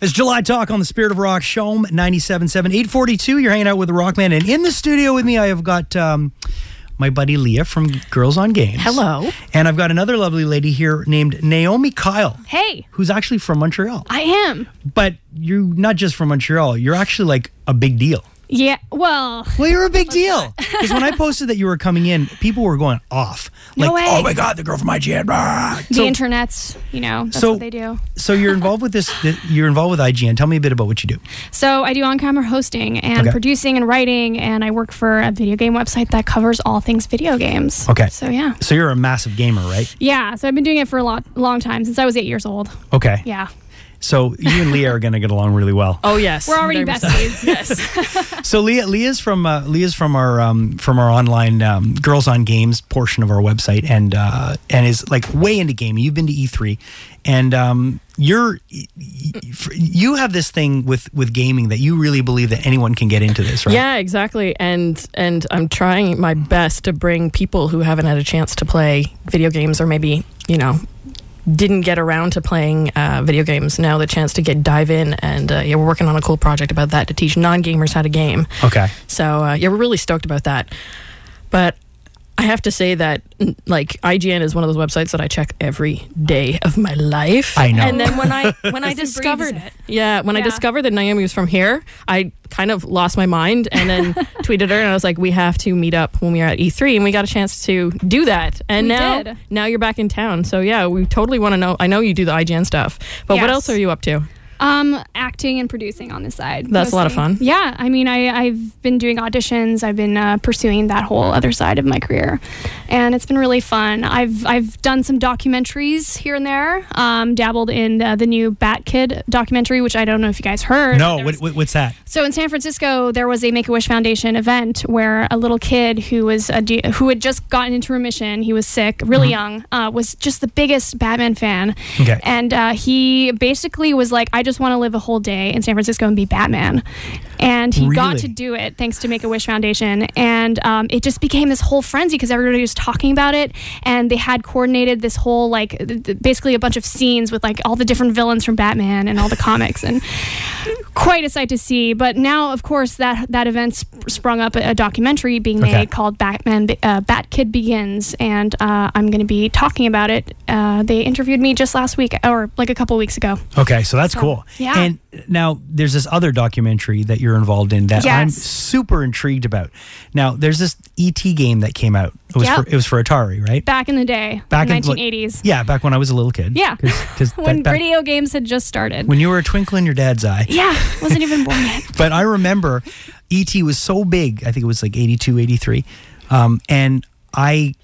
It's July Talk on the Spirit of Rock, Shome 97.7, 842. You're hanging out with the Rockman. And in the studio with me, I have got um, my buddy Leah from Girls on Games. Hello. And I've got another lovely lady here named Naomi Kyle, Hey, who's actually from Montreal. I am. But you're not just from Montreal, you're actually like a big deal. Yeah. Well, Well, you're a big deal. Because when I posted that you were coming in, people were going off. Like, No way. oh my God, the girl from IGN. Blah. the internet's, you know, that's so- what they do. So you're involved with this, th- you're involved with IGN. Tell me a bit about what you do. So I do on camera hosting and Okay. producing and writing, and I work for a video game website that covers all things video games. Okay. So, yeah. So you're a massive gamer, right? Yeah. So I've been doing it for a lot, long time, since I was eight years old. Okay. Yeah. So you and Leah are going to get along really well. Oh yes, We're already Very much besties. So Leah, Leah's from uh, Leah's from our um, from our online um, Girls on Games portion of our website, and uh, and is like way into gaming. You've been to E3, and um, you're y- y- you have this thing with with gaming that you really believe that anyone can get into this, right? Yeah, exactly. And and I'm trying my best to bring people who haven't had a chance to play video games or maybe, you know, didn't get around to playing uh, video games now the chance to get dive in and uh, yeah we're working on a cool project about that to teach non-gamers how to game Okay. so uh, yeah we're really stoked about that but i have to say that n- like ign is one of those websites that i check every day of my life I know. and then when i when i discovered it. yeah, when I Yeah. discovered that Naomi was from here, I kind of lost my mind and then tweeted her and I was like, "We have to meet up when we are at E3." And we got a chance to do that. And We now, did. now you're back in town. So yeah, we totally want to know. I know you do the IGN stuff, but what Yes. else are you up to? Um, acting and producing on the side. That's a lot of mostly. fun. Yeah, I mean, I, I've been doing auditions. I've been uh, pursuing that whole other side of my career, and it's been really fun. I've I've done some documentaries here and there. Um, dabbled in uh, the new Bat Kid documentary, which I don't know if you guys heard. no, what, There was- what, what's that? so in San Francisco, there was a Make a Wish Foundation event where a little kid who was a de- who had just gotten into remission, he was sick, really young, uh, was just the biggest Batman fan, Mm-hmm. Okay. and uh, he basically was like, "I just want to live a whole day in San Francisco and be Batman," and he got to Really? do it thanks to Make a Wish Foundation, and um, it just became this whole frenzy because everybody was talking about it, and they had coordinated this whole like th- th- basically a bunch of scenes with like all the different villains from Batman and all the comics, and quite a sight to see. But now, of course, that that event sp- sprung up a, a documentary being Okay. made called Batman Be- uh, Bat Kid Begins, and uh, I'm going to be talking about it. Uh, they interviewed me just last week, or like a couple weeks ago. Okay, so that's cool. yeah. And now there's this other documentary that you're involved in that I'm Yes. super intrigued about. Now there's this ET game that came out. It was Yep. for it was for Atari, right? Back in the day, Back back in, in like- 1980s, Yeah, back when I was a little kid. Yeah. Because when video games had just started. when you were a twinkle in your dad's eye. yeah, wasn't even born yet. But I remember ET was so big. I think it was like 82, 83. Um, and I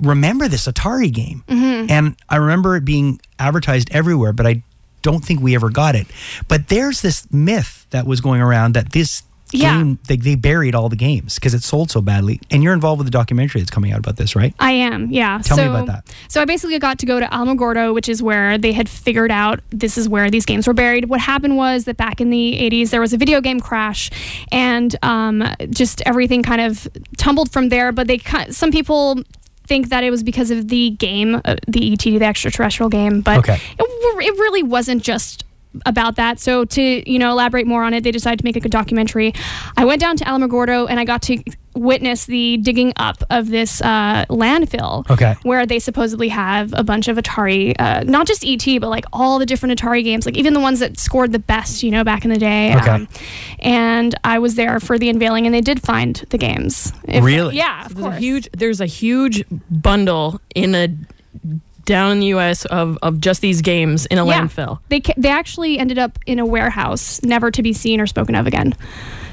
remember this Atari game. Mm-hmm. And I remember it being advertised everywhere, but I don't think we ever got it. But there's this myth that was going around that this Yeah. game, they, they buried all the games because it sold so badly. And you're involved with the documentary that's coming out about this, right? I am, yeah. Tell me so, about that. So I basically got to go to Alamogordo, which is where they had figured out this is where these games were buried. What happened was that back in the 80s, there was a video game crash, and um, just everything kind of tumbled from there. But they, ki- some people think that it was because of the game, uh, the ET, the extraterrestrial game, but Okay. it, w- it really wasn't just about that. So to you know elaborate more on it, they decided to make a documentary. I went down to Alamogordo and I got to witness the digging up of this uh, landfill, Okay. where they supposedly have a bunch of Atari, uh, not just ET, but like all the different Atari games, like even the ones that scored the best, you know, back in the day. um, Okay. and I was there for the unveiling, and they did find the games. If- Really? Yeah, of There's a course. huge. There's a huge bundle in a down in the U.S. of of just these games in a Yeah. landfill. They ca- they actually ended up in a warehouse, never to be seen or spoken of again.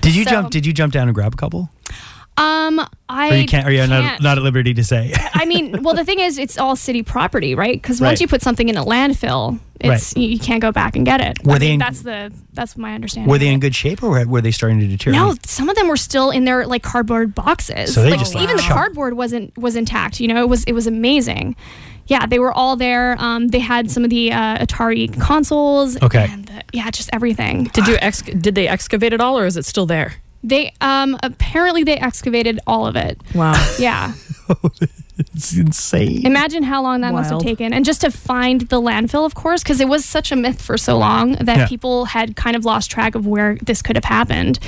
Did you So- jump did you jump down and grab a couple? Um, I Or you can't or you're not, can't. not at liberty to say. I mean, well, the thing is, it's all city property, right? Because Right. once you put something in a landfill, it's you, you can't go back and get it. Were I they mean, in- that's the that's my understanding. were they in of it. good shape or were they starting to deteriorate? No, some of them were still in their like cardboard boxes. So they Like, just, like, even the chucked- cardboard wasn't was intact. You know, it was it was amazing. Yeah, they were all there. Um, they had some of the uh, Atari consoles. Okay. And the, yeah, just everything. Did you ex- did they excavate it all or is it still there? They um apparently they excavated all of it. Wow. Yeah. it's insane. Imagine how long that must have Wild. taken. And just to find the landfill, of course, because it was such a myth for so long that Yeah. people had kind of lost track of where this could have happened.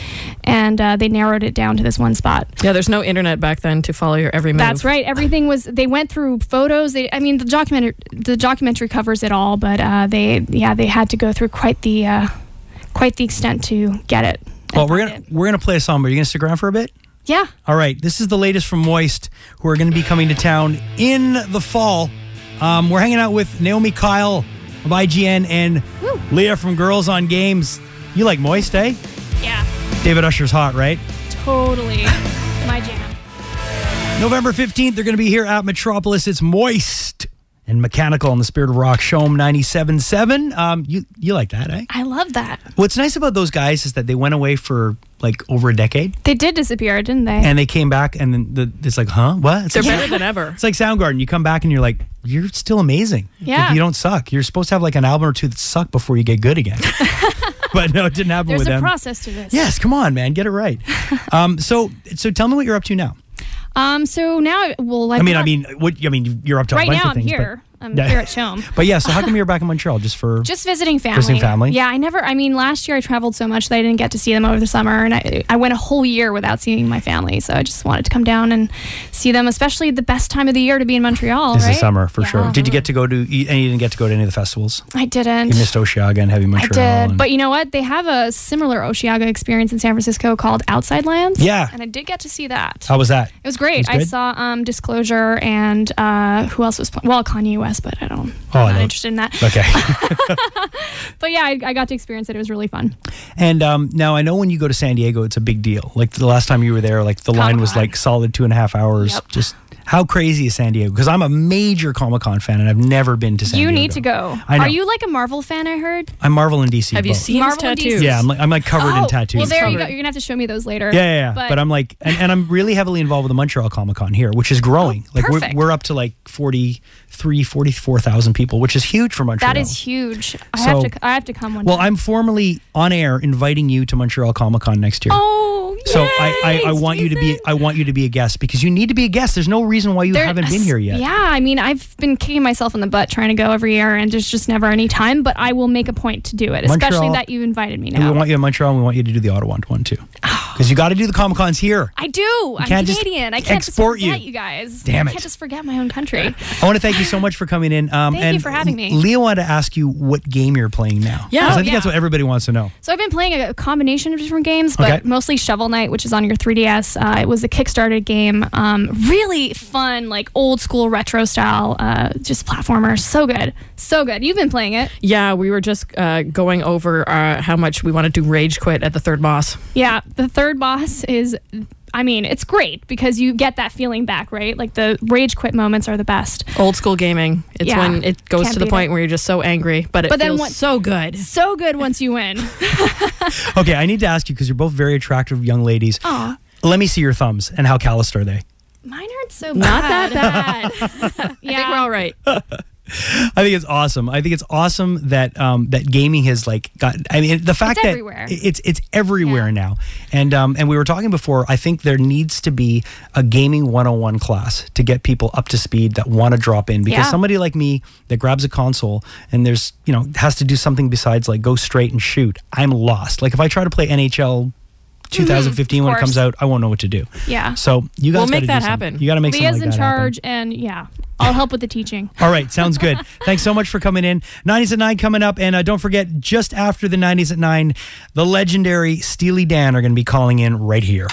And uh, they narrowed it down to this one spot. Yeah, there's no internet back then to follow your every move. That's right. Everything was, they went through photos. They, I mean, the documentary, the documentary covers it all, but uh, they, yeah, they had to go through quite the, uh, quite the extent to get it. and Well, we're find gonna it. we're gonna play a song, but are you gonna stick around for a bit? Yeah. All right, this is the latest from Moist, who are going to be coming to town in the fall. Um, we're hanging out with Naomi Kyle of IGN and Leah from Girls on Games. You like Moist, eh? Yeah. David Usher's hot, right? Totally. My jam. November 15th, they're going to be here at Metropolis. It's Moist and Mechanical in the Spirit of Rock, Show 97.7. Um, you, you like that, eh? I love that. What's nice about those guys is that they went away for like over a decade They did disappear, didn't they? and they came back and then the, it's like, huh? What? It's They're like, better than ever. It's like Soundgarden. You come back and you're like, you're still amazing. Like, Yeah. you don't suck. You're supposed to have like an album or two that suck before you get good again. but no, it didn't happen There's with a them. process to this. Yes, come on, man, get it right. um, so, so tell me what you're up to now. Um. So now, well, I mean, I mean, what? I mean, you're up to a right bunch now of things. I'm here. But, I'm Yeah. here at Shome. but yeah, so how come you're back in Montreal just for? Just visiting family. Visiting family? Yeah, I never. I mean, last year I traveled so much that I didn't get to see them over the summer, and I, I went a whole year without seeing my family. So I just wanted to come down and see them, especially the best time of the year to be in Montreal. this right? is summer for sure. Yeah. Did you get to go to? And you didn't get to go to any of the festivals. I didn't. You missed Oshiaga and Heavy I Montreal. did, and- but you know what? They have a similar Oshiaga experience in San Francisco called Outside Lands. Yeah. Oh, and I did get to see that. how was that? It was great. It was I good? saw um, Disclosure and uh, who else was playing? Well, Kanye West, but I don't. Oh, I'm not no. interested in that. Okay. But yeah, I, I got to experience it. It was really fun. And um, now I know when you go to San Diego, it's a big deal. Like the last time you were there, like the line was Comic-Con. like solid two and a half hours. Yep. Just how crazy is San Diego? Because I'm a major Comic Con fan, and I've never been to San you Diego. need to go. I know. Are you like a Marvel fan? I heard. I'm Marvel in DC. Have you both. seen his Marvel and tattoos? DC. Yeah, I'm like I'm like covered oh, in tattoos. Well, there you go. Covered. You're gonna have to show me those later. Yeah, yeah, yeah. But, I'm like, and, and I'm really heavily involved with the Montreal Comic Con here, which is growing. like we're, Oh, perfect. we're up to like 43, 44,000 people, which is huge for Montreal. That is huge. I So- have to. I have to come one. Well, time. I'm formally on air inviting you to Montreal Comic Con next year. Oh, So yay, I, I, I want you to be Jason. I want you to be a guest because you need to be a guest. There's no reason why you There- haven't been here yet. Yeah, I mean, I've been kicking myself in the butt trying to go every year, and there's just never any time. But I will make a point to do it, especially Montreal- that you invited me And now. we want you in Montreal and we want you to do the Ottawa one too. Oh. Because you gotta do the Comic Cons here. I do. I'm can't just Canadian. I can't export just forget you. you. guys. Damn I it. can't just forget my own country. I wanna thank you so much for coming in. Um Thank you and for having me. Leah wanted to ask you what game you're playing now. Yeah. 'Cause I Oh, think yeah. that's what everybody wants to know. So I've been playing a combination of different games, but Okay. mostly Shovel Knight, which is on your 3DS. Uh, it was a Kickstarter game. Um, really fun, like old school retro style, uh, just platformer. So good. So good. You've been playing it. Yeah, we were just uh, going over uh, how much we wanted to rage quit at the third boss. Yeah, the third boss is. I mean, it's great because you get that feeling back, right? Like the rage quit moments are the best. Old school gaming. It's Yeah. when it goes Can't to the beat point it. where you're just so angry, but it But then feels what- so good. So good once you win. Okay, I need to ask you because you're both very attractive young ladies. Aw. Let me see your thumbs and how calloused are they? Mine aren't so bad. Not that bad. Yeah. I think we're all right. I think it's awesome. I think it's awesome that um, that gaming has like got. I mean, the fact It's that everywhere. it's it's everywhere Yeah. now. And um, and we were talking before. I think there needs to be a gaming 101 class to get people up to speed that want to drop in because Yeah. somebody like me that grabs a console and there's you know has to do something besides like go straight and shoot. I'm lost. Like if I try to play NHL. 2015 Mm-hmm. of when it comes course. out, I won't know what to do. Yeah. So you guys We'll make gotta do that something. happen. You got to make something Leah's like in that happen. charge, and yeah, I'll help with the teaching. All right, sounds good. Thanks so much for coming in. 90s at 9 coming up. And uh, don't forget, just after the 90s at 9, the legendary Steely Dan are going to be calling in right here.